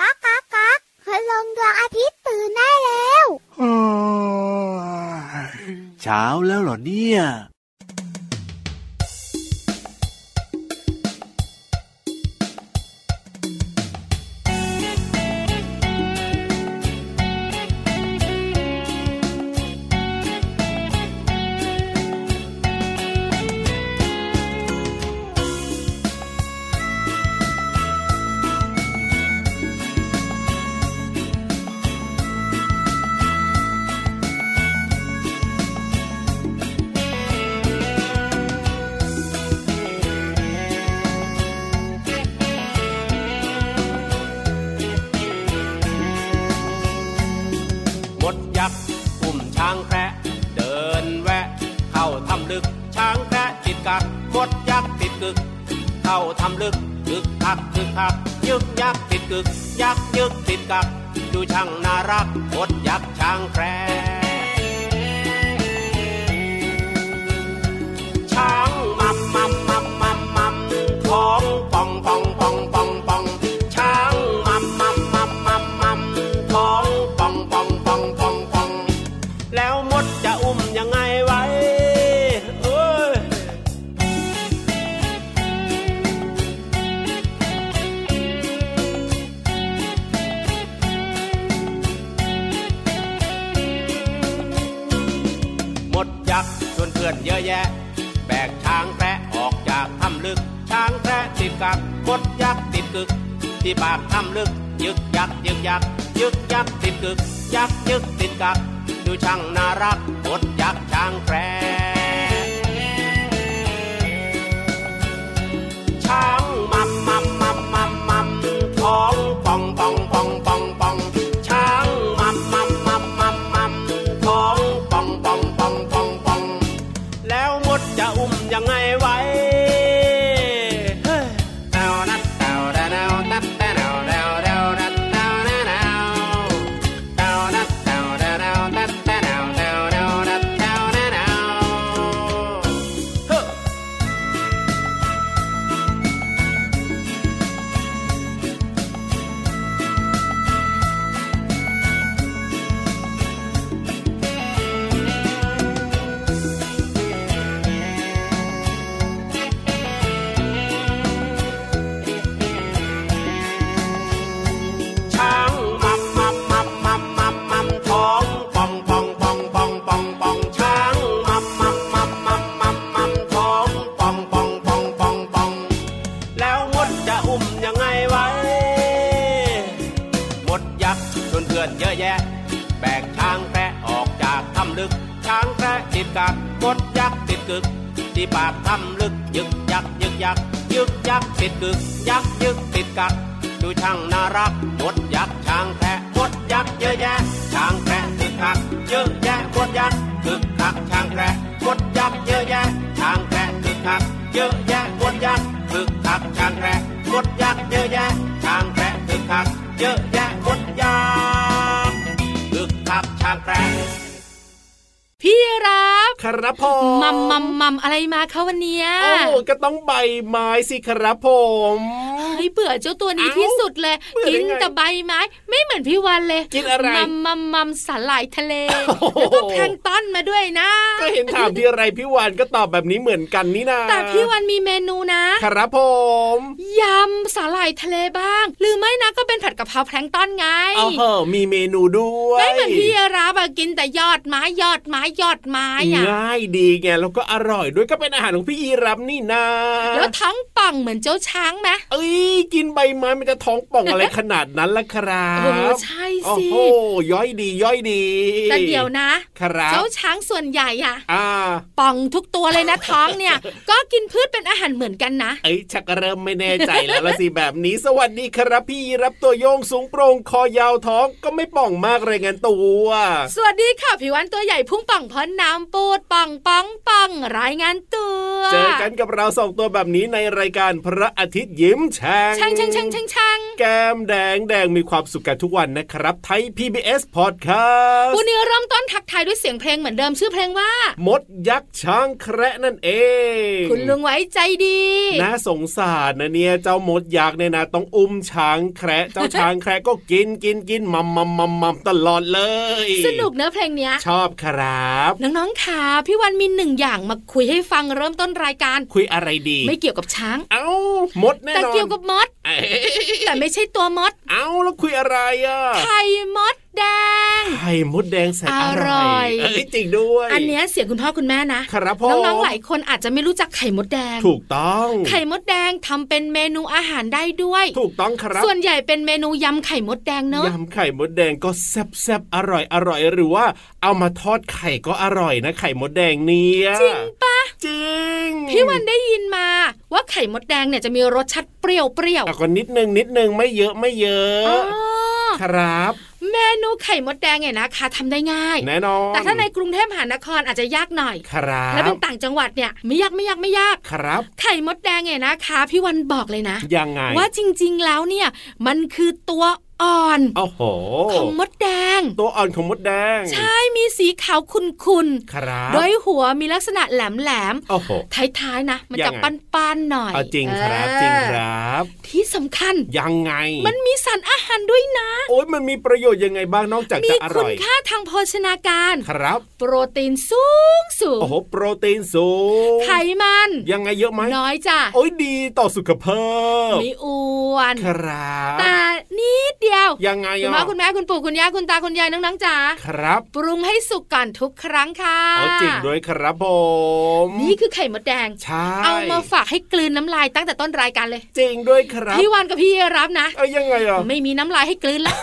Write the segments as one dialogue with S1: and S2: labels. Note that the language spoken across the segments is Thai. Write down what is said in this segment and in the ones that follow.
S1: ก๊ากก๊ากก๊ากพลงดวงอาทิตย์ตื่นได้แล้ว
S2: เช้าแล้วเหรอเนี่ย
S3: มดยักษ์อุ้มช้างแคระเดินแวะ เข้าทำลึกช้างแคระติดกักมดยักษ์ติดกึก เข้าทำลึกกึกทักกึกทักยึกยักษ์ติดกึก ยักษ์ยึกติดกัก ดูช่างน่ารักมดยักษ์ช้างแคระช้างมัมมัมมัมมัมมัมท้องป่องป่องป่องป่องป่องช้างมัมมัมมัมมัมมัมท้องป่องป่องป่องป่องป่อง แล้วมดจะอุ้มยังไงไว้เอ้ย หมดยักษ์ชวนเพื่อนเยอะแยะ แบกช้างแพะออกจากถ้ำลึก ช้างแพะติดกับหมดยักษ์ติดกึก ที่ปากถ้ำลึก ยึกยักยึกยักยึกยักติดกึก ยักยึกติดกัก ดูช่างน่ารักหมดยักษ์ช้างแพะช้างมัมมัมมัมมัมมัมท้องป่องป่องป่องป่องป่องช้างมัมมัมมัมมัมมัมท้องป่องป่องป่องป่องป่องแล้วมดจะอุ้มยังไงไว้เฮ้ยแนวนัดแนวแนวแนวนัดแนวแนวแนวนัดแนวแนวแนวแนวนัดแนวแนวแนวนัดแนวแนวแนวนัดแนวแนวแนวเฮ้อ ช้างมัมมัมมัมมัมมัมมัมท้องป่องป่องป่องป่องป่องป่องช้างมัมมัมมัมมัมมัมมัมท้องป่องป่องป่องป่องป่องแล้วมดจะอุ้มยังไงไว้ มดยักษ์ชวนเพื่อนเยอะแยะ แบกช้างแพะออกจากถ้ำลึก ช้างแพะติดกักมดยักษ์ติดกึก ที่ปากถ้ำลึก ยึกยักยึกยักยึกยักติดกึก ยักยึกติดกัก ดูช่างน่ารักมดยักษ์ช้างแพะมดยักษ์เยอะแยะ ช้างแพะติดกัก เยอะแยะมดยักษ์ตึกกักช้างแพะมดยักษ์เยอะแยะ ช้างแพะตึกกัก เยอะแยะมดยักษ์ตึกกักช้างแพะมดยักษ์เยอะแยะ ช้างแพะตึกกัก เยอะแยะมดยักษ์ตึกกักช้างแพะ
S4: พี่รับ
S5: ครับผม
S4: มัมมัมมัมอะไรมาคะวันเนี้ย
S5: โอ้ก็ต้องใบไม้สิครับผม
S4: เฮ้ยเบื่อเจ้าตัวนี้ที่สุดเลย กินแต่ใบไม้ไม่เหมือนพี่วันเลย
S5: กินอะไร
S4: มัมมัมมัมสาหร่ายทะเลแล้วก็แพลงก์ต้อนมาด้วยนะ
S5: ก็เห็นถามพี่อะไรพี่วานก็ตอบแบบนี้เหมือนกันนี่นา
S4: แต่พี่วันมีเมนูนะ
S5: ผ
S4: ครับ
S5: ม
S4: ยำสาหร่ายทะเลบ้าง หรือไม่นะก็เป็นผัดกะเพราแพลงก์ต้อนไง
S5: เอาเหอะมีเมนูด้วย
S4: ไม่เหมือนพี่รับอะกินแต่ยอดไม้ยอดไม้ยอดไม้อะ
S5: ง่ายดีไงแล้วก็อร่อยด้วยก็เป็นอาหารของพี่ยีรับนี่นา
S4: แล้วท้องป่องเหมือนเจ้าช้างไหม
S5: เอ้ยกินใบไม้มันจะท้องป่องอะไรขนาดนั้นล่ะครั
S4: โอ้โห
S5: บ
S4: ใช่
S5: โอ้
S4: สิ
S5: โหย่อยดีย่อยดี
S4: แต่เดี๋ยวนะ
S5: ครับ
S4: เจ้าช้างส่วนใหญ่อะ
S5: อ่า
S4: ป่องทุกตัวเลยนะ ท้อง เนี่ย ก็กินพืชเป็นอาหารเหมือนกันนะ
S5: เอ้ยชักเริ่มไม่แน่ใจแล้วละสิ แบบนี้ สวัสดีครับพี่รับตัวโยงสูงโปร่งคอยาวท้องก็ไม่ป่องมากเลยงั้นตัว
S4: สวัสดีค่ะผิววันตัวใหญ่พุ่งป่องพ้นน้ำปูดป่องป่องป่องรายงานตัว
S5: เจอกันกับเราสองตัวแบบนี้ในรายการพระอาทิตย์ยิ้มแฉ่ง
S4: ช่างช่างช่างช่างช่าง
S5: แก้มแดงแดงมีความสุขกันทุกวันนะครับ ไทย PBS Podcast
S4: วันนี้เริ่มต้นทักทายด้วยเสียงเพลงเหมือนเดิมชื่อเพลงว่า
S5: มดยักษ์ช้างแคระนั่นเอง
S4: คุณลุงไว้ใจดี
S5: น่าสงสารนะเนี่ยเจ้ามดยักษ์เนี่ยนะต้องอุ้มช้างแคระเจ้าช้างแคระก็กินกินกินมัมมัมมัมมัมตลอดเลย
S4: สนุกเนื้อะเพลงเนี้ย
S5: ชอบครับ
S4: น้องๆค่ะพี่วันมีหนึ่งอย่างมาคุยให้ฟังเริ่มต้นรายการ
S5: คุยอะไรดี
S4: ไม่เกี่ยวกับช้าง
S5: เอ้ามดแน่นอน
S4: แต่เกี่ยวกับมด
S5: เอ๊ะ
S4: แต่ไม่ใช่ตัวมด
S5: เอ้าแล้วคุยอะไรอ่ะ
S4: ไข่มดแดง
S5: ไข่มดแดงแสนอ
S4: อร่
S5: ร่อ
S4: อย
S5: ยเอ้ยจริงด้วย
S4: อันเนี้ยเสียงคุณพ่อคุณแม่นะครับ
S5: พ่
S4: น้องๆหลายคนอาจจะไม่รู้จักไข่มดแดง
S5: ถูกต้อง
S4: ไข่มดแดงทำเป็นเมนูอาหารได้ด้วย
S5: ถูกต้องครับ
S4: ส่วนใหญ่เป็นเมนูยำไข่มดแดงเนอะ
S5: ยำไข่มดแดงก็แซ่บๆ อร่อยอร่อยหรือว่าเอามาทอดไข่ก็อร่อยนะ ไข่มดแดงเนี่ย
S4: จริงปะ
S5: จริง
S4: พี่วันได้ยินมาว่าไข่มดแดงเนี่ยจะมีรสชาติเปรี้ยวเปรี้ยว
S5: เอาก็นิดนึงนิดนึงไม่เยอะไม่เยอะ ครับ
S4: เมนูไข่มดแดงเนี่ยนะคะทำได้ง่าย
S5: แน่นอน
S4: แต่ถ้าในกรุงเทพมหานครอาจจะยากหน่อย
S5: ครับ
S4: แล้วเป็นต่างจังหวัดเนี่ยไม่ยากไม่ยากไม่ยาก
S5: ครับ
S4: ไข่มดแดงเนี่ยนะคะ พี่วันบอกเลยนะ
S5: ยังไง
S4: ว่าจริงๆแล้วเนี่ยมันคือตัวอ่อน
S5: โอ้โห
S4: ของมดแดง
S5: ตัวอ่อนของมดแดง
S4: ใช่มีสีขาวขุ่น
S5: ครับ
S4: ๆโดยหัวมีลักษณะแหลม
S5: โอ้โห
S4: ๆท้ายๆนะ มันจะ
S5: ยังไง
S4: ปันๆหน่อย
S5: เอาจริงครับ
S4: เออ
S5: จริงครับ
S4: ที่สำคัญ
S5: ยังไง
S4: มันมีสารอาหารด้วยนะ
S5: โอ้ยมันมีประโยชน์ยังไงบ้างนอกจาก
S4: มี
S5: จะอ
S4: คุ
S5: ร่
S4: ณ
S5: อย
S4: ค่าทางโภชนาการ
S5: ครับ
S4: โปรตีนสูงสูง
S5: โอ้โหโปรตีนสูง
S4: ไขมัน
S5: ยังไงเยอะไหม
S4: น้อยจ้ะ
S5: โอ้ยดีต่อสุขภาพ
S4: ไม่อ้วน
S5: ครับ
S4: แต่นิดเดียว
S5: ยังไง
S4: คุณพ่อ
S5: อ่ะ
S4: คุณแม่คุณปู่คุณย่าคุณตาคุณยายน้องๆจ๋า
S5: ครับ
S4: ปรุงให้สุกก่อนทุกครั้งค่ะ
S5: เอาจริงด้วยครับผม
S4: นี่คือไข่มดแดง
S5: ใช่
S4: เอามาฝากให้กลืนน้ำลายตั้งแต่ต้นรายการเลย
S5: จริงด้วยครับ
S4: พี่วันกับพี่รับนะ
S5: เอ้ยยังไงอ่ะ
S4: ไม่มีน้ำลายให้กลืนละ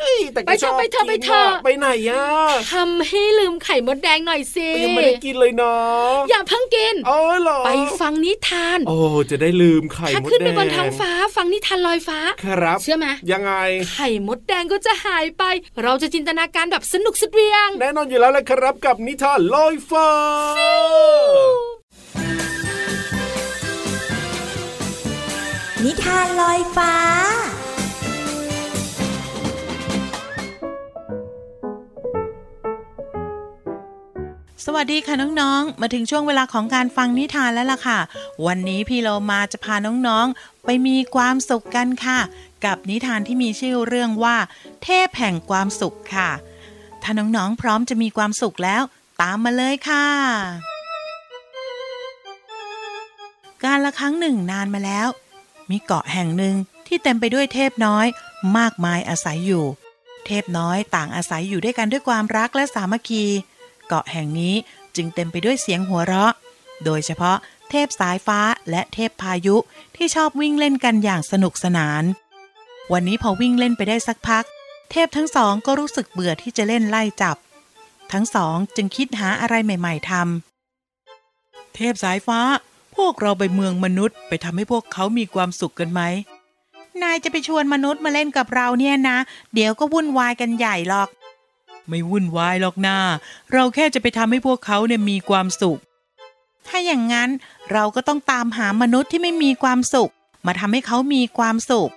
S5: เอ้ยแต่
S4: ไป
S5: ก็
S4: เถ
S5: ชอบ
S4: อะไปเถอะไป
S5: กิน
S4: เถอะ
S5: ไปไหนอ่ะ
S4: ทำให้ลืมไข่มดแดงหน่อยสิ
S5: ยังไม่ได้กินเลยนะ
S4: อย่าเพิ่งกิน
S5: โอ้ยเหรอ
S4: ไปฟังนิทาน
S5: โอ้จะได้ลืมไข่
S4: ถ้า
S5: ดแด
S4: ม
S5: ง
S4: ขึ้นไปบนท้องฟ้าฟังนิทานลอยฟ้า
S5: ครับ
S4: เชื่อไหม
S5: ยังไง
S4: ไข่มดแดงก็จะหายไป เราจะจินตนาการแบบสนุกสุดเหวียง
S5: แน่นอนอยู่แล้วแหละครับกับนิทานลอยฟ้า
S6: นิทานลอยฟ้า
S7: สวัสดีค่ะน้องๆ มาถึงช่วงเวลาของการฟังนิทานแล้วล่ะค่ะ วันนี้พี่เรามาจะพาน้องๆ ไปมีความสุขกันค่ะ กับนิทานที่มีชื่อเรื่องว่า เทพแห่งความสุขค่ะ ถ้าน้องๆ พร้อมจะมีความสุขแล้ว ตามมาเลยค่ะ การละครั้งหนึ่งนานมาแล้ว มีเกาะแห่งหนึ่งที่เต็มไปด้วยเทพน้อยมากมายอาศัยอยู่ เทพน้อยต่างอาศัยอยู่ด้วยกันด้วยความรักและสามัคคี เกาะแห่งนี้จึงเต็มไปด้วยเสียงหัวเราะ โดยเฉพาะเทพสายฟ้าและเทพพายุที่ชอบวิ่งเล่นกันอย่างสนุกสนาน วันนี้พอวิ่งเล่นไปได้สักพัก เทพทั้งสองก็รู้สึกเบื่อที่จะเล่นไล่จับ ทั้งสองจึงคิดหาอะไรใหม่ ๆทำเทพสายฟ้า พวกเราไปเมืองมนุษย์ ไปทำให้พวกเขามีความสุขกันไหม นายจะไปชวนมนุษย์มาเล่นกับเราเนี่ยนะ เดี๋ยวก็วุ่นวายกันใหญ่หรอก ไม่วุ่นวายหรอกนาเราแค่จะไปทำให้พวกเขาเนี่ยมีความสุข ถ้าอย่างนั้นเราก็ต้องตามหามนุษย์ที่ไม่มีความสุข มาทำให้เขามีความสุข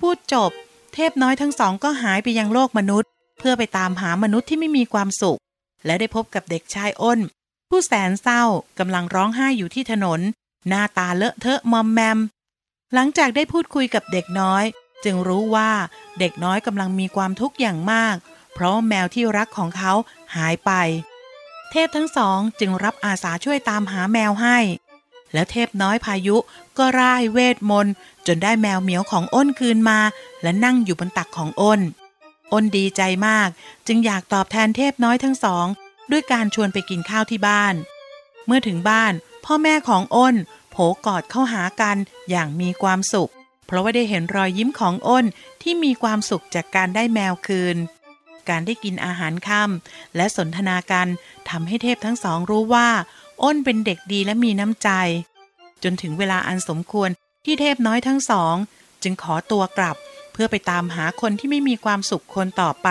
S7: พูดจบ เทพน้อยทั้งสองก็หายไปยังโลกมนุษย์ เพื่อไปตามหามนุษย์ที่ไม่มีความสุข และได้พบกับเด็กชายอ้น ผู้แสนเศร้ากำลังร้องไห้อยู่ที่ถนน หน้าตาเลอะเทอะมอมแมม หลังจากได้พูดคุยกับเด็กน้อย จึงรู้ว่าเด็กน้อยกำลังมีความทุกข์อย่างมาก เพราะแมวที่รักของเขาหายไป เทพทั้งสองจึงรับอาสาช่วยตามหาแมวให้ แล้วเทพน้อยพายุก็ร่ายเวทมนต์จนได้แมวเหมียวของอ้นคืนมา และนั่งอยู่บนตักของอ้น อ้นดีใจมาก จึงอยากตอบแทนเทพน้อยทั้งสอง ด้วยการชวนไปกินข้าวที่บ้าน เมื่อถึงบ้าน พ่อแม่ของอ้นโผกอดเข้าหากันอย่างมีความสุข เพราะว่าได้เห็นรอยยิ้มของอ้นที่มีความสุขจากการได้แมวคืน การได้กินอาหารค่ำและสนทนากันทำให้เทพทั้งสองรู้ว่า อ้นเป็นเด็กดีและมีน้ำใจ จนถึงเวลาอันสมควรที่เทพน้อยทั้งสอง จึงขอตัวกลับ เพื่อไปตามหาคนที่ไม่มีความสุขคนต่อไป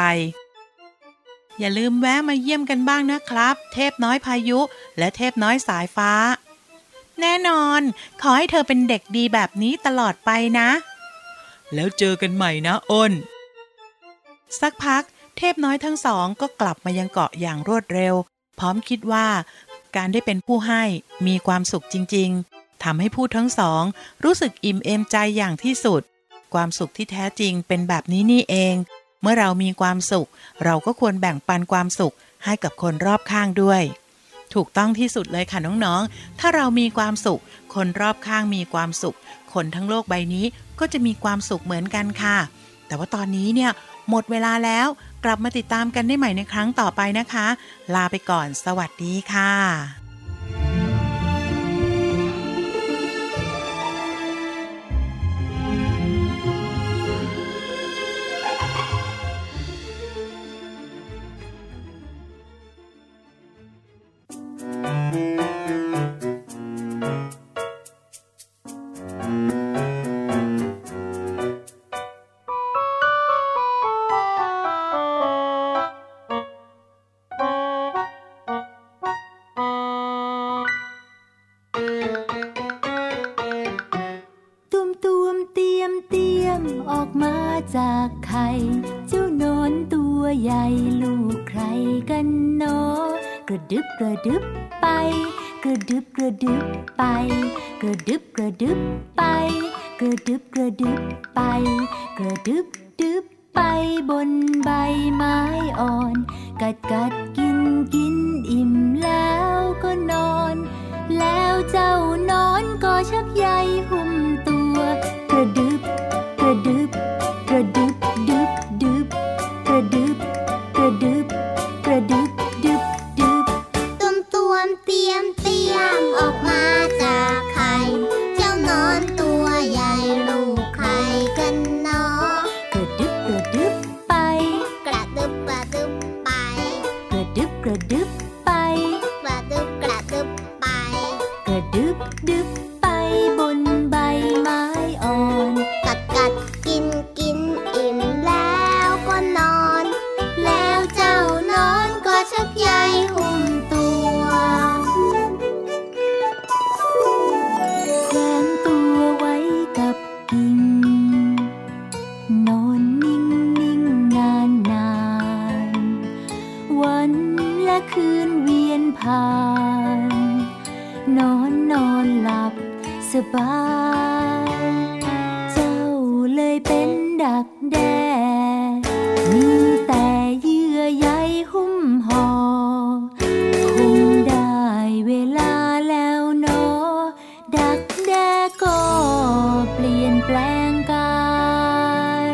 S7: อย่าลืมแวะมาเยี่ยมกันบ้างนะครับ เทพน้อยพายุและเทพน้อยสายฟ้า แน่นอน ขอให้เธอเป็นเด็กดีแบบนี้ตลอดไปนะ แล้วเจอกันใหม่นะอ้น สักพัก เทพน้อยทั้งสองก็กลับมายังเกาะอย่างรวดเร็ว พร้อมคิดว่าการได้เป็นผู้ให้มีความสุขจริง ๆทำให้ผู้ทั้งสอง รู้สึกอิ่มเอมใจอย่างที่สุด ความสุขที่แท้จริงเป็นแบบนี้นี่เอง เมื่อเรามีความสุข เราก็ควรแบ่งปันความสุขให้กับคนรอบข้างด้วย ถูกต้องที่สุดเลยค่ะน้องๆ ถ้าเรามีความสุข คนรอบข้างมีความสุข คนทั้งโลกใบนี้ก็จะมีความสุขเหมือนกันค่ะ แต่ว่าตอนนี้เนี่ยหมดเวลาแล้ว กลับมาติดตามกันได้ใหม่ในครั้งต่อไปนะคะ ลาไปก่อน สวัสดีค่ะ
S8: ตุมตุมๆเตรียมเตรียมออกมาจากไข่เจ้าโนอนตัวใหญ่ลูกใครกันเนอกระดึบกระดึบไป กระดึบกระดึบไป กระดึบกระดึบไป กระดึบกระดึบไป กระดึบดึบไปบนใบไม้อ่อน กัดกัดกินกินอิ่มแล้วก็นอน แล้วเจ้านอนก็ชักใยหุ้มตัว กระดึบ กระดึบ กระดึบดึบดึบกระดึบ กระดึบ กระดึบดึบดึบ
S1: ตุ่มตวมเตรียมเตรียมออกมาจากไข่ เจ้านอนตัวใหญ่ลูกไข่กันเนาะ
S8: กระดึบกระดึบไป
S1: กระดึบกระดึบไป
S8: กระดึบกระดึบไป
S1: กระดึบกระดึบไป
S8: กระดึบดึบไปบนใบไม้อ่อน
S1: กัดกัดกินกินอิ่มแล้วก็นอน แล้วเจ้านอนก็ชักใยหุ้มตัว
S8: แขวนตัวไว้กับกิ่ง นอนนิ่งนิ่งนานนานๆวันและคืนเวียนผ่าน นอนนอนหลับสบาย เจ้าเลยเป็นดักแด้มีแต่เยื่อใยหุ้มห่อ คงได้เวลาแล้วเนอ ดักแด้ก็เปลี่ยนแปลงกาย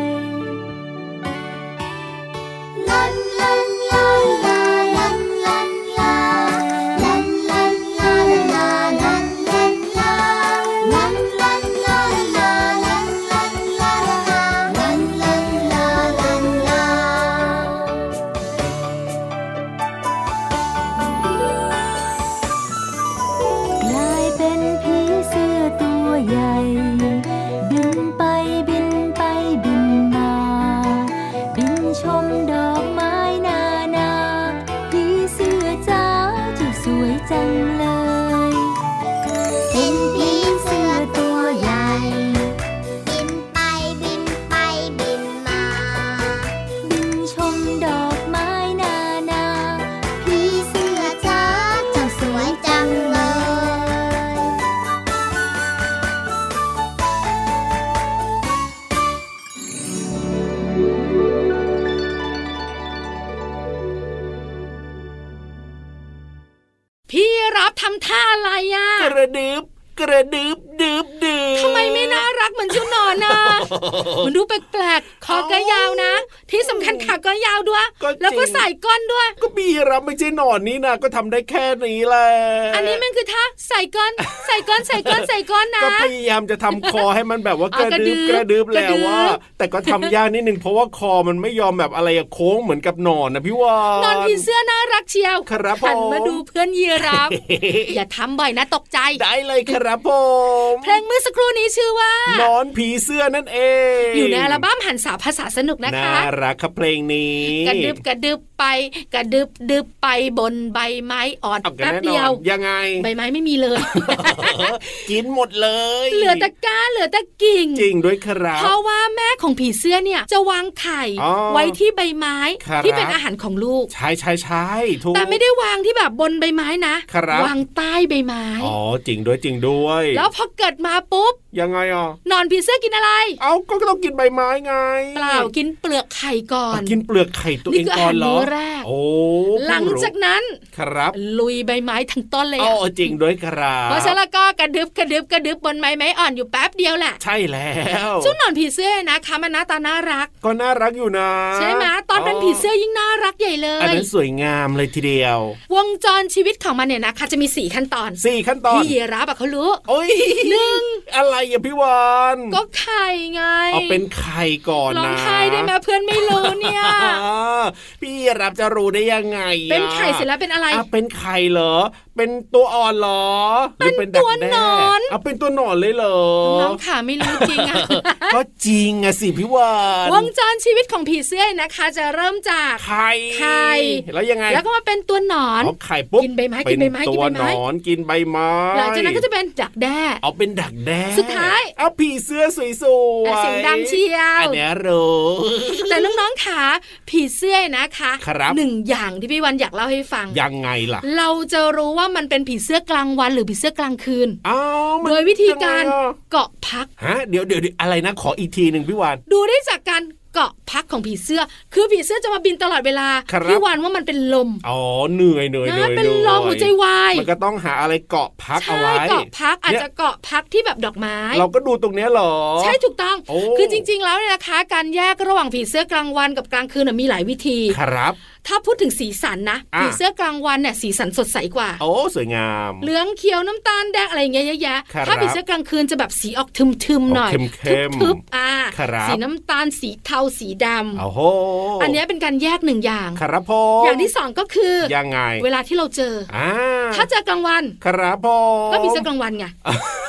S1: ลันลันลาลาลันลันลาลันลันลาลาลันลันลาลันลันลาลาลันลันลาลันลันลาลันลา
S8: กลายเป็นผีเสื้อตัวใหญ่ บินไปบินไปบินมา บินชมดอกไม้นานาผีเสื้อจ้าเจุดสวยจังเลย
S1: เป็นผีเสื้อตัวใหญ่ บินไปบินไปบินมา
S8: บินชมดอกไม้นานา
S1: ผีเสื้อจ้าเจ้าสวยจังเลย
S4: พี่รับทำท่าอะไรอ่ะ
S5: กระดึบกระดึบดึบดึบ
S4: ทำไมไม่น่ารักเหมือนเจ้านอนอ่ะ มันดูแปลกๆคอก็ยาวนะ ที่สำคัญขาก็ยาวด้วย
S5: ก็จริง
S4: แล้วก็ใส่ก้อนด้วย
S5: ก็บีรับไม่ใช่หนอนนี่นะก็ทำได้แค่นี้แหละ
S4: อันนี้มันคือท่าใส่ ก้อน ใส่ก้อนใส่ก้อนใส่ก้อนนะ
S5: ก็พยายามจะทำคอให้มันแบบว่า
S4: อ๋
S5: ก
S4: อ
S5: ระดึบก
S4: ก
S5: ระ
S4: ระ
S5: ดึ
S4: ดึ๊
S5: บบ แล้วว่า
S4: กระดึ๊บ
S5: แต่ก็ทำยากนิดนึงเพราะว่าคอมันไม่ยอมแบบอะไรอะโค้งเหมือนกับหนอนนะพี่วาน
S4: นอนผีเสื้อน่ารักเชียว
S5: ครับผม
S4: หันมาดูเพื่อนยีรับ อย่าทำบ่อยนะตกใจ
S5: ได้เลยครับผม
S4: เพลงเมื่อ สักครู่นี้ชื่อว่า
S5: หนอนผีเสื้อนั่นเอง
S4: อยู่ในอัลบั้มหันสาภาษาสนุกนะคะ
S5: น่า รักครับเพลงนี้
S4: กระดึบกระดึบไป กระดึบดึบไปบนใบไม้อ่อน
S5: เอากัน
S4: แป๊บ
S5: แน่น
S4: เดี
S5: อย
S4: วน
S5: ยังไง
S4: ใบไม้ไม่มีเลย
S5: กินหมดเลย
S4: เหลือแต่ก้านเหลือแต่กิ่ง
S5: จริงด้วยครับ
S4: เพราะว่าแม่ของผีเสื้อเนี่ยจะวางไข่
S5: อ๋อ
S4: ไว้ที่ใบไม้
S5: ครับ
S4: ที่เป็นอาหารของลูก
S5: ใช่ใช่ใช่ถูก
S4: แต่ไม่ได้วางที่แบบบนใบไม้นะครับ วางใต้ใบไม้
S5: อ๋อจริงด้วยจริงด้วย
S4: แล้วพอเกิดมาปุ๊บ
S5: ยังไงอ่ะ
S4: นอนผีเสื้อกินอะไร
S5: เอาก็ต้องกินใบไม้ไง
S4: เปล่ากินเปลือกไข่ก่อ
S5: อ๋อน กินเปลือกไข่ตัว
S4: นี่
S5: เอง
S4: คืออา
S5: ก่อ
S4: หาน ร
S5: เหรอ
S4: มื้อแรก
S5: โอ้
S4: หลังจากนั้น
S5: ครับ
S4: ลุยใบไม้ทั้งต้นเลย
S5: อ๋
S4: อะ
S5: อจริงด้วยครับ
S4: เพราะฉะนั้นแล้วก็กระดึบกระดึบกระดึบบนไม้ไม้อ่อนอยู่แป๊บเดียวแหละ
S5: ใช่แล้ว
S4: เจ้าหนอนผีเสื้อนะคะมันหน้าตาน่ารัก
S5: ก็น่ารักอยู่นะ
S4: ใช่ไหมตอนเป็นผีเสื้อยิ่งน่ารักใหญ่เล
S5: อัน
S4: ย
S5: นั้นสวยงามเลยทีเดียว
S4: วงจรชีวิตของมันเนี่ยนะคะจะมีสี่ขั้นตอน
S5: สี่ขั้นตอน
S4: พี่ยีราฟอะเขารู้
S5: โอ้ย
S4: หนึ่ง
S5: อะไรอ่ะพี่วาน
S4: ก็ไข่ไง
S5: เอาเป็นไข่ก่อน
S4: ลอง
S5: นะ
S4: ไข่ได้ไหมเพื่อนไม่รู้เนี่ย
S5: อ๋อพี่รับจะรู้ได้ยังไงอะ
S4: เป็นไข่เสร็จแล้วเป็นอะไร
S5: อ่ะเป็นไข่เหรอ เป็นตัวอ่อนเหรอหรือเป็นดักแด้
S4: เป็นตัวหนอน
S5: อ่ะเป็นตัวหนอนเลยเหรอ
S4: น้องขาไม่รู้จริงอะ
S5: ก็จริงอะสิพี่วาน
S4: วงจรชีวิตของผีเสื้อนะคะ จะเริ่มจาก
S5: ไข่
S4: ไข่
S5: แล้วยังไง
S4: แล้วก็มาเป็นตัวหนอน
S5: อ๋อไข่ปุ๊บ
S4: กินใบไม้
S5: เป็
S4: กินใบไม้
S5: ตัว
S4: กิน
S5: หน
S4: ใบไม้
S5: อนกินใบไม้
S4: หลังจากนั้นก็จะเป็นดักแด้
S5: เอาเป็นดักแด้
S4: สุดท้าย
S5: เอาผีเสื้อสวยๆ
S4: เสียงดังเชียว
S5: อันเนี้ยรู้
S4: แต่น้องๆขาผีเสื้อนะคะ
S5: ครับ
S4: หนึ่งอย่างที่พี่วันอยากเล่าให้ฟัง
S5: ยังไงล่ะ
S4: เราจะรู้ว่ามันเป็นผีเสื้อกลางวันหรือผีเสื้อกลางคืน
S5: อ้าวมัน
S4: โดยวิธีการ
S5: ยังไงอะ
S4: เกาะพัก
S5: ฮะเดี๋ยวเดี๋ยวเดี๋ยวอะไรนะ ขออีกทีหนึ่งพี่วาน
S4: ดูได้จากการเกาะพักของผีเสื้อ คือผีเสื้อจะมาบินตลอดเวลา
S5: ครับ
S4: พี่วันว่ามันเป็นลม
S5: อ๋อเหนื่อยเหนื่อยเหนื่อ
S4: นะ
S5: ย
S4: เป็นลม
S5: เห
S4: หั
S5: นื่
S4: ว
S5: อย
S4: ใจวาย
S5: มันก็ต้องหาอะไรเกาะพักเอา
S4: ใช่
S5: ไว้
S4: เกาะพักอาจ
S5: เนี่ย
S4: จะเกาะพักที่แบบดอกไม้
S5: เราก็ดูตรงเนี้ยเหรอ
S4: ใช่ถูกต้อง
S5: โอ้
S4: คือจริง ๆ แล้วเนี่ยนะคะ การแยกระหว่างผีเสื้อกลางวันกับกลางคืนนะมีหลายวิธี
S5: ครับ
S4: ถ้าพูดถึงสีสันนะ
S5: อ่ะ
S4: ผีเสื้อกลางวันเนี่ยสีสันสดใสกว่า
S5: โอ้สวยงาม
S4: เหลืองเขียวน้ำตาลแดงอะไรอย่างเงี้ยเยอะแยะ
S5: ครับ
S4: ถ้าผีเสื้อกลางคืนจะแบบสีออกทึมๆหน่อย
S5: ออกเข้มๆ
S4: ทึบๆอ่า
S5: ครับ
S4: สีน้ำตาลสีเทาสีดำ
S5: โอ้โห
S4: อันเนี้ยเป็นการแยกหนึ่งอย่าง
S5: ครับผม
S4: อย่างที่สองก็คือ
S5: ยังไง
S4: เวลาที่เราเจออ
S5: อ่า
S4: ถ้าเจอกลางวัน
S5: ครับผม
S4: ก็ผีเสื้อกลางวันไง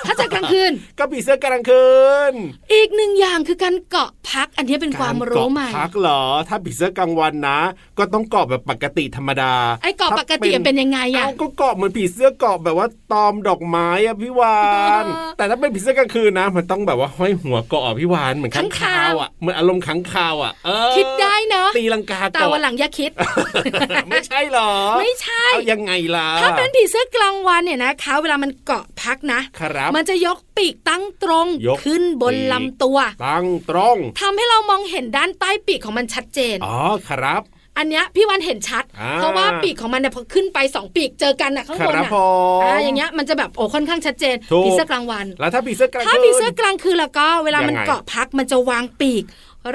S4: ถ้าเจอกลางคืน
S5: ก็ผีเสื้อกลางคืน
S4: อีกหนึ่งอย่างคือการเกาะพัก อันเนี้ยเป็นความรู้ใหม่
S5: กเกาะพักเหรอ ถ้าผีเสื้อกลางวันนะ ก็ต้องเกาะแบบปกติธรรมดา
S4: ไอ้เกาะ
S5: ถ้
S4: ปกติ
S5: น
S4: เป็นยังไงอะ
S5: เอาก็เกาะเหมือนผีเสื้อเกาะแบบว่าตอมดอกไม้อะพี่วาน
S4: เออ
S5: แต่ถ้าเป็นผีเสื้อกลางคืนนะ มันต้องแบบว่าห้อยหัวเกาะอะพี่วานเหมือน
S4: ขั
S5: ขั
S4: ง
S5: ง
S4: คา
S5: คาว วอ่ะเหมือนอารมณ์ขังคาวอ่ะเออ
S4: คิดได้เนาะ
S5: ตีลังกา
S4: แต่
S5: เกาะ
S4: วันหลังอย่าคิด
S5: ไม่ใช่เหรอ
S4: ไม่ใช่
S5: เอายังไงล่ะ
S4: ถ้าเป็นผีเสื้อกลางวันเนี่ยนะคะ เวลามันเกาะพักนะ
S5: ครับ
S4: มันจะยกปีกตั้งตรง
S5: ยก
S4: ขึ้นบน
S5: ปีก
S4: ลำตัว
S5: ตั้งตรง
S4: ทำให้เรามองเห็นด้านใต้ปีกของมันชัดเจน
S5: อ๋อครับ
S4: อันเนี้ยพี่วันเห็นชัด
S5: อ่า
S4: เพราะว่าปีกของมันเนี่ยพอขึ้นไปสองปีกเจอกันนะข้าง
S5: ค
S4: บน
S5: รับ
S4: อะ
S5: ผม
S4: อ่าอย่างเงี้ยมันจะแบบโอ้ค่อนข้างชัดเจน
S5: ถูก
S4: ผีเสื้อกลางวัน
S5: แล้วถ้าผีเสื้อกลางคืน
S4: ถ้าผีเสื้อกลางคืนแล้วก็เวลามัน
S5: ยังไง
S4: เกาะพักมันจะวางปีก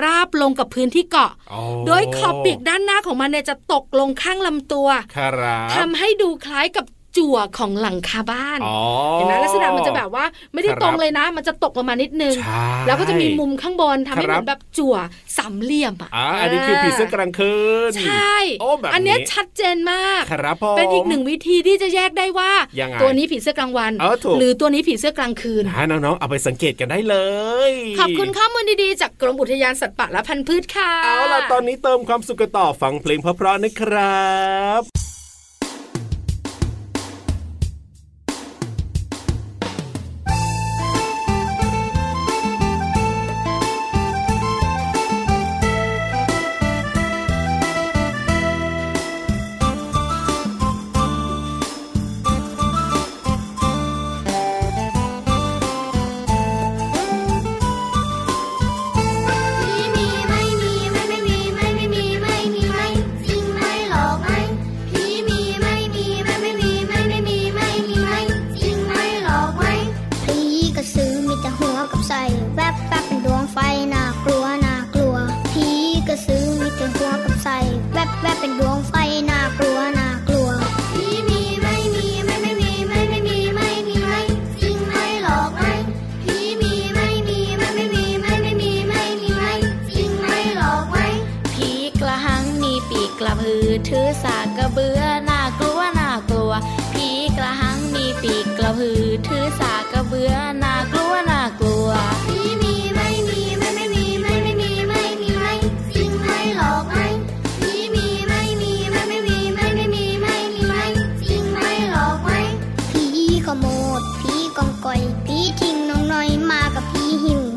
S4: ราบลงกับพื้นที่เกาะ
S5: อ๋อ
S4: โดยขอบปีกด้านหน้าของมันเนี่ยจะตกลงข้างลำตัว
S5: ครับ
S4: ทำให้ดูคล้ายกับจั่วของหลังคาบ้าน
S5: อ๋อ
S4: เห็นไหมลักษณะมันจะแบบว่าไม่ได้
S5: ครับ
S4: ตรงเลยนะ มันจะตกลงมานิดนึง
S5: ใช่
S4: แล้วก็จะมีมุมข้างบนทำให้
S5: ค
S4: เห
S5: รับ
S4: มือนแบบจั่วสามเหลี่ยมอ่ะ
S5: อ่าอันนี้คือผีเสื้อกลางคืน
S4: ใช่
S5: โอ้แบบนี้
S4: นเนี้ยชัดเจนมาก
S5: ครับผม
S4: เป็นอีกหนึ่งวิธีที่จะแยกได้ว่าย
S5: งไง
S4: ตัวนี้ผีเสื้อกลางวัน
S5: เออถูก
S4: หรือตัวนี้ผีเสื้อกลางคืน
S5: นะน้องๆ เอาไปสังเกตกันได้เลย
S4: ขอบคุณข้อมูลดีๆ จากกรมอุทยานสัตว์ป่าและพันธุ์พืชค่ะ
S5: เอาล่ะ ตอนนี้เติมความสุขกันต่อฟังเพลงเพราะๆนะครับ
S1: มีมีไม่มีไม่ไม่มีไม่ไม่มีไม่มีไม่จริงไหมหลอกไหมผี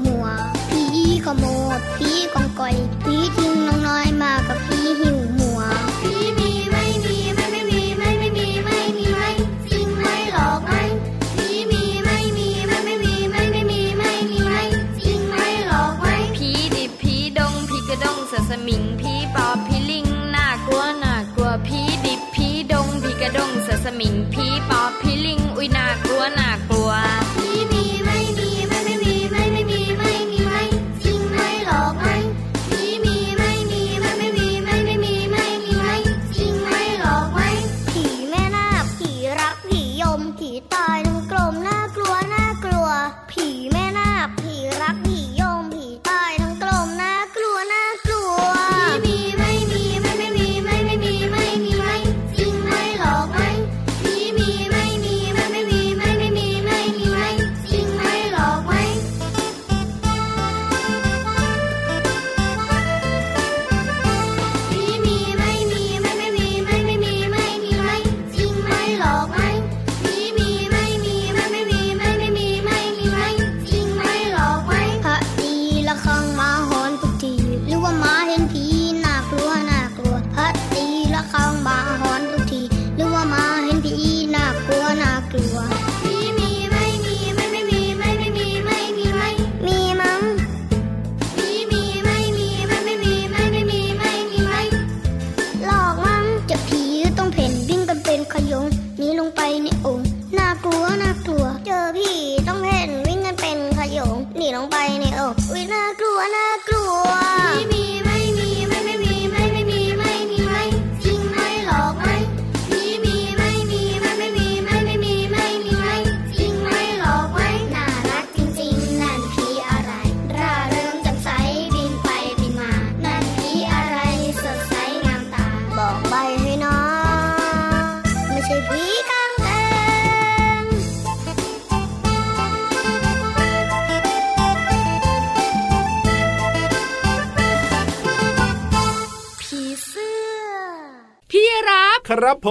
S1: โมดผีกองก่อยผีทิ้งน้องน้อยมากับผีหิวหมัวผีมีไม่มีไม่ไม่มีไม่ไม่มีไม่มีไม่จริงไหมหลอกไหมผีมีไม่มีไม่ไม่มีไม่ไม่มีไม่มีไม่จริงไหมหลอกไหม
S9: ผีดิบผีดงผีกระดงเสือสมิงผีปอบผีลิงน่ากลัวน่ากลัวผีดิบผีดงผีกระดงเสือสมิงผีปอบผีลิงอุ้ยน่ากลัวน่ากลัว
S1: ผีมีไม่มีไม่ไม่มีไม่ไม่มีไม่มีไม่จริงไหมหลอกไหมผีมีไม่มีไม่ไม่มีไม่ไม่มีไม่มีไม่จริงไหมหลอกไหมผีแม่นาคผีรักผียมผีตายทั้งกลมน่ากลัวน่ากลัว ผีแม่นาคผีรักผียมผีตายทั้งกลมน่ากลัวน่ากลัวผีมีไม่มีไม่ไม่มีไม่ไม่มีไม่มีไม่จริงไหมหลอกไหม ผีมีไม่มีไม่ไม่มีไม่ไม่มีไม่มีไม่จริงไหมหลอกไหม ผีมีไม่มีไม่ไม่มีไม่ไม่มีไม่มีไม่จริงไหมหลอกไหมผีมีไม่มีไม่ไม่มีไม่ไม่มีไม่มีไม่จริงไหมหลอกไหมพระตีละครั้งมาหอนทุกทีหรือว่ามาเห็นผีน่ากลัวน่ากลัวพระตีละครั้งมาหอนทุกทีหรือว่ามาเห็นผีน่ากลัวน่ากลัวผีมีไม่มีไม่ไม่มีไม่ไม่มีไม่มีไม่มีมั้ง มีมีไม่มีไม่ไม่มีไม่ไม่มีไม่มีไม่หลอกมั้งจะผีต้องเพ่นวิ่งกันเป็นขโยงหนีลงไปในโอ่งน่ากลัวน่ากลัว เจอผีต้องเพ่นวิ่งกันเป็นขโยงหนีลงไปในโอ่งอุ้ยน่ากลัวน่ากลัวมีมีไม่มีไม่ไม่มีไม่ไม่มีไม่มีไม่จริงไหมหลอกไหมมีมีไม่มีไม่ไม่มีไม่ไม่มีไม่มีไม่จริงไหมหลอกไหมน่ารักจริงๆนั่นผีอะไร ร่าเริงแจ่มใสบินไปบินมา นั่นผีอะไรสดใสงามตา บอกใบให้น้องไม่ใช่ผีกางเกง ผีเสื้อ
S4: พี่รับ
S5: ครับผ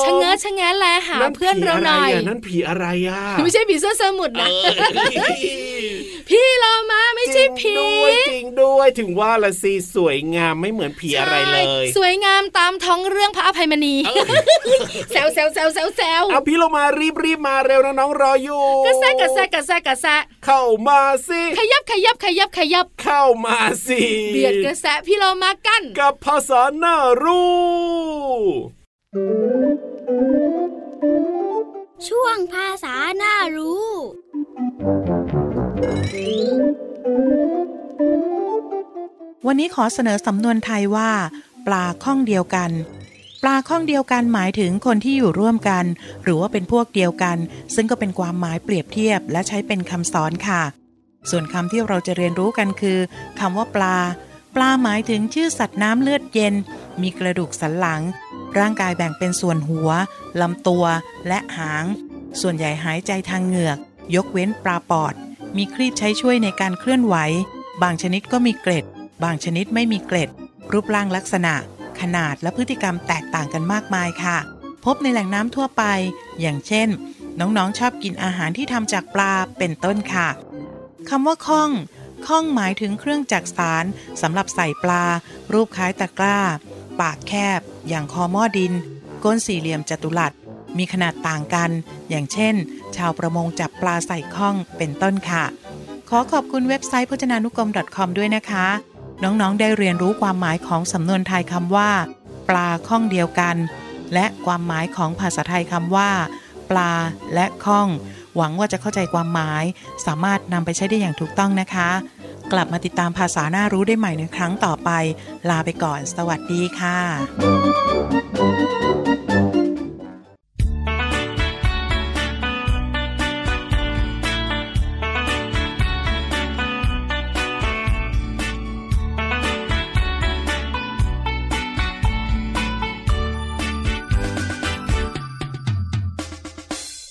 S5: ม
S4: ชะเง้อชะแงะแลหาเพื่อนเราหน่อย
S5: นั่นผีอะไรอ่ะ
S4: ไม่ใช่ผีเสื้อสมุดนะ
S5: นั่นผีอะไรอะ
S4: พี่เรามาไม่ใช่
S5: จริ
S4: ผี
S5: งด้วยจริงด้วยถึงว่าละสิสวยงามไม่เหมือนผีอะไรเลย
S4: ใช่สวยงามตามท้องเรื่องพระอภัยมณีแซวแซวแซวแซวแซว
S5: เอาพี่เรามารีบรีบมาเร็วนะน้องรออยู่
S4: กระแซะกระแซะกระแซะกระแซะ
S5: เข้ามาสิ
S4: ขยับขยับขยับขยับ
S5: เข้ามาสิ
S4: เบียดกระแซะพี่เรามากัน
S5: กับภาษาหน้ารู้
S1: ช่วงภาษาหน้ารู้
S7: วันนี้ขอเสนอสำนวนไทยว่า ปลาข้องเดียวกัน ปลาข้องเดียวกันหมายถึงคนที่อยู่ร่วมกัน หรือว่าเป็นพวกเดียวกัน ซึ่งก็เป็นความหมายเปรียบเทียบและใช้เป็นคำสอนค่ะ ส่วนคำที่เราจะเรียนรู้กันคือคำว่าปลา ปลาหมายถึงชื่อสัตว์น้ำเลือดเย็น มีกระดูกสันหลัง ร่างกายแบ่งเป็นส่วนหัวลำตัวและหาง ส่วนใหญ่หายใจทางเหงือก ยกเว้นปลาปอด มีครีบใช้ช่วยในการเคลื่อนไหว บางชนิดก็มีเกล็ด บางชนิดไม่มีเกล็ด รูปร่างลักษณะ ขนาดและพฤติกรรมแตกต่างกันมากมายค่ะ พบในแหล่งน้ำทั่วไป อย่างเช่น น้องๆชอบกินอาหารที่ทำจากปลาเป็นต้นค่ะ คำว่าข้อง ข้องหมายถึงเครื่องจักสารสำหรับใส่ปลา รูปคล้ายตะกร้า ปากแคบ อย่างคอหม้อดิน ก้นสี่เหลี่ยมจัตุรัส มีขนาดต่างกัน อย่างเช่น ชาวประมงจับปลาใส่ข้องเป็นต้นค่ะ ขอขอบคุณเว็บไซต์พจนานุกรม .com ด้วยนะคะ น้องๆ ได้เรียนรู้ความหมายของสำนวนไทยคำว่า ปลาข้องเดียวกัน และความหมายของภาษาไทยคำว่า ปลาและข้อง หวังว่าจะเข้าใจความหมาย สามารถนำไปใช้ได้อย่างถูกต้องนะคะ กลับมาติดตามภาษาหน้ารู้ได้ใหม่ในครั้งต่อไป ลาไปก่อน สวัสดีค่ะ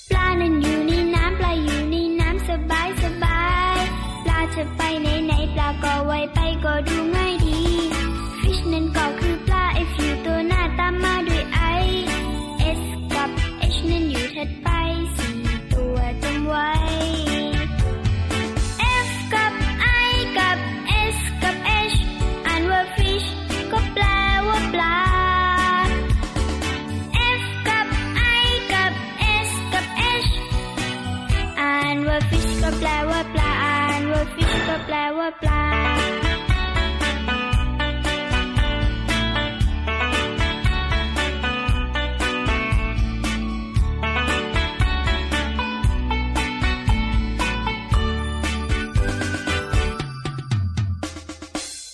S1: ปลานั้นอยู่ในน้ำปลาอยู่ในน้ำสบายสบายปลาจะไปไหนไหนปลาก็ไวไปก็ดูง่ายดี fish นั้นก็คือปลา f u ตัวหน้าตามมาด้วย i s กับ h นั้นอยู่ถัดไปสี่ตัวจำไว้ f กับ i กับ s
S9: ปลา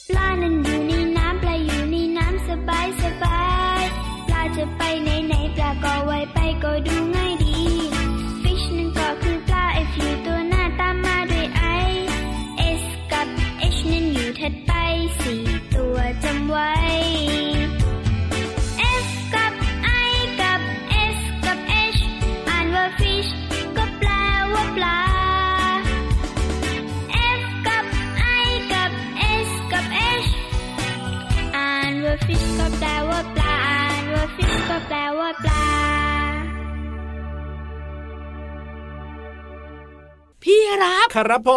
S9: ปลานั้นอยู่ในน้ำปลาอยู่ในน้ำสบายสบายปลาจะไปไหนไหนปลาก็ไวไปก็ดูง่ายดี Fish นั้นก็คือปลา F อยู่ตัวหน้าตามมาด้วย I S กับ H นั้นอยู่ถัดไปสี่ตัวจำไว้ F กับ I กับ S กับ H อ่านว่า Fish ก็แปลว่าปลา F กับ I กับ S กับ H อ่านว่า fish ก็แปลว่าปลา อ่านว่า fish ก็แปลว่าปลา
S4: พี่รับ
S5: ครับผ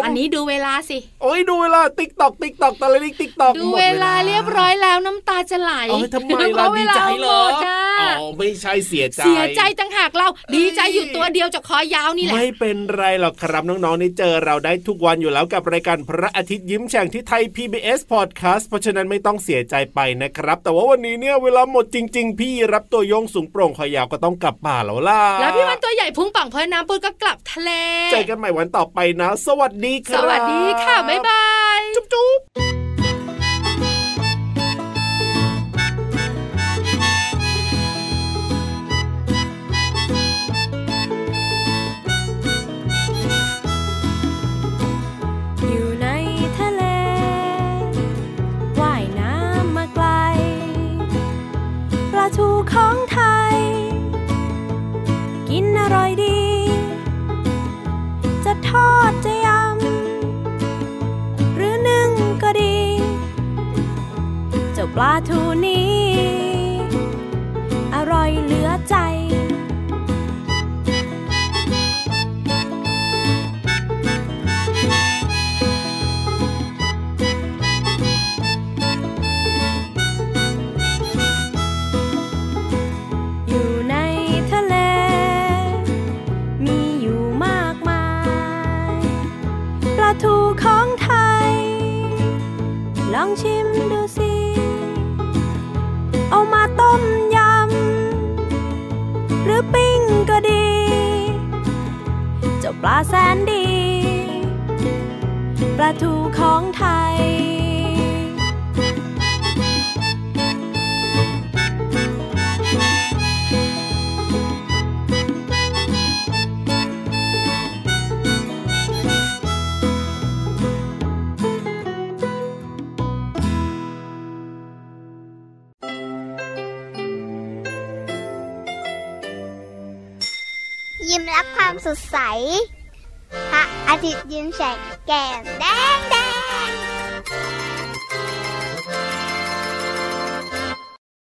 S5: ม
S4: อันนี้ดูเวลาสิ
S5: โอ้ยดูเวลาติ๊กตอกติ๊กตอกตะลิกติ๊กตอก
S4: ดูเวลาเรียบร้อยแล้วน้ำตาจะไหล
S5: โอ้ยทำไม
S4: เพ
S5: ล่ะ
S4: ราะเว
S5: ดี
S4: ลา
S5: ใจ
S4: ห
S5: เห
S4: ม
S5: รอ
S4: ดอ่ะ
S5: อ๋อไม่ใช่เสียใจ
S4: เสียใจต่างหากเรา ดีใจอยู่ตัวเดียวจากคอยาวนี่แหละ
S5: ไม่เป็นไรหรอกครับน้องๆนี่เจอเราได้ทุกวันอยู่แล้วกับรายการพระอาทิตย์ยิ้มแฉ่งที่ไทย PBS Podcast เพราะฉะนั้นไม่ต้องเสียใจไปนะครับ แต่ว่าวันนี้เนี่ยเวลาหมดจริง ๆ พี่รับตัวโยงสูงโปร่งคอยาวก็ต้องกลับป่าแล้วล่ะ
S4: แล้วพี่วันตัวใหญ่พุงป่องเพลินน้ำปูดก็กลับทะเล
S5: เจอกันใหม่วันต่อไปนะ สวัสดีค
S4: ส
S5: รับ
S4: วัสดีค่ะ บ๊ายบาย
S5: จุ๊บจุ๊บ
S6: อยู่ในทะเล ว่ายน้ำมาไกล ปลาทูของไทย กินอร่อยดี จะทอดจะยำ หรือนึ่งก็ดี เจ้าปลาทูนี้ อร่อยเหลือใจ อยู่ในทะเล มีอยู่มากมาย ปลาทูของไทย ลองชิมดูสิ เอามาต้มยำ หรือปิ้งก็ดี เจ้าปลาแสนดี ปลาทูของไทย
S1: ยิ้มรับความสดใส พระอาทิตย์ยิ้มแฉกแก้มแดงแด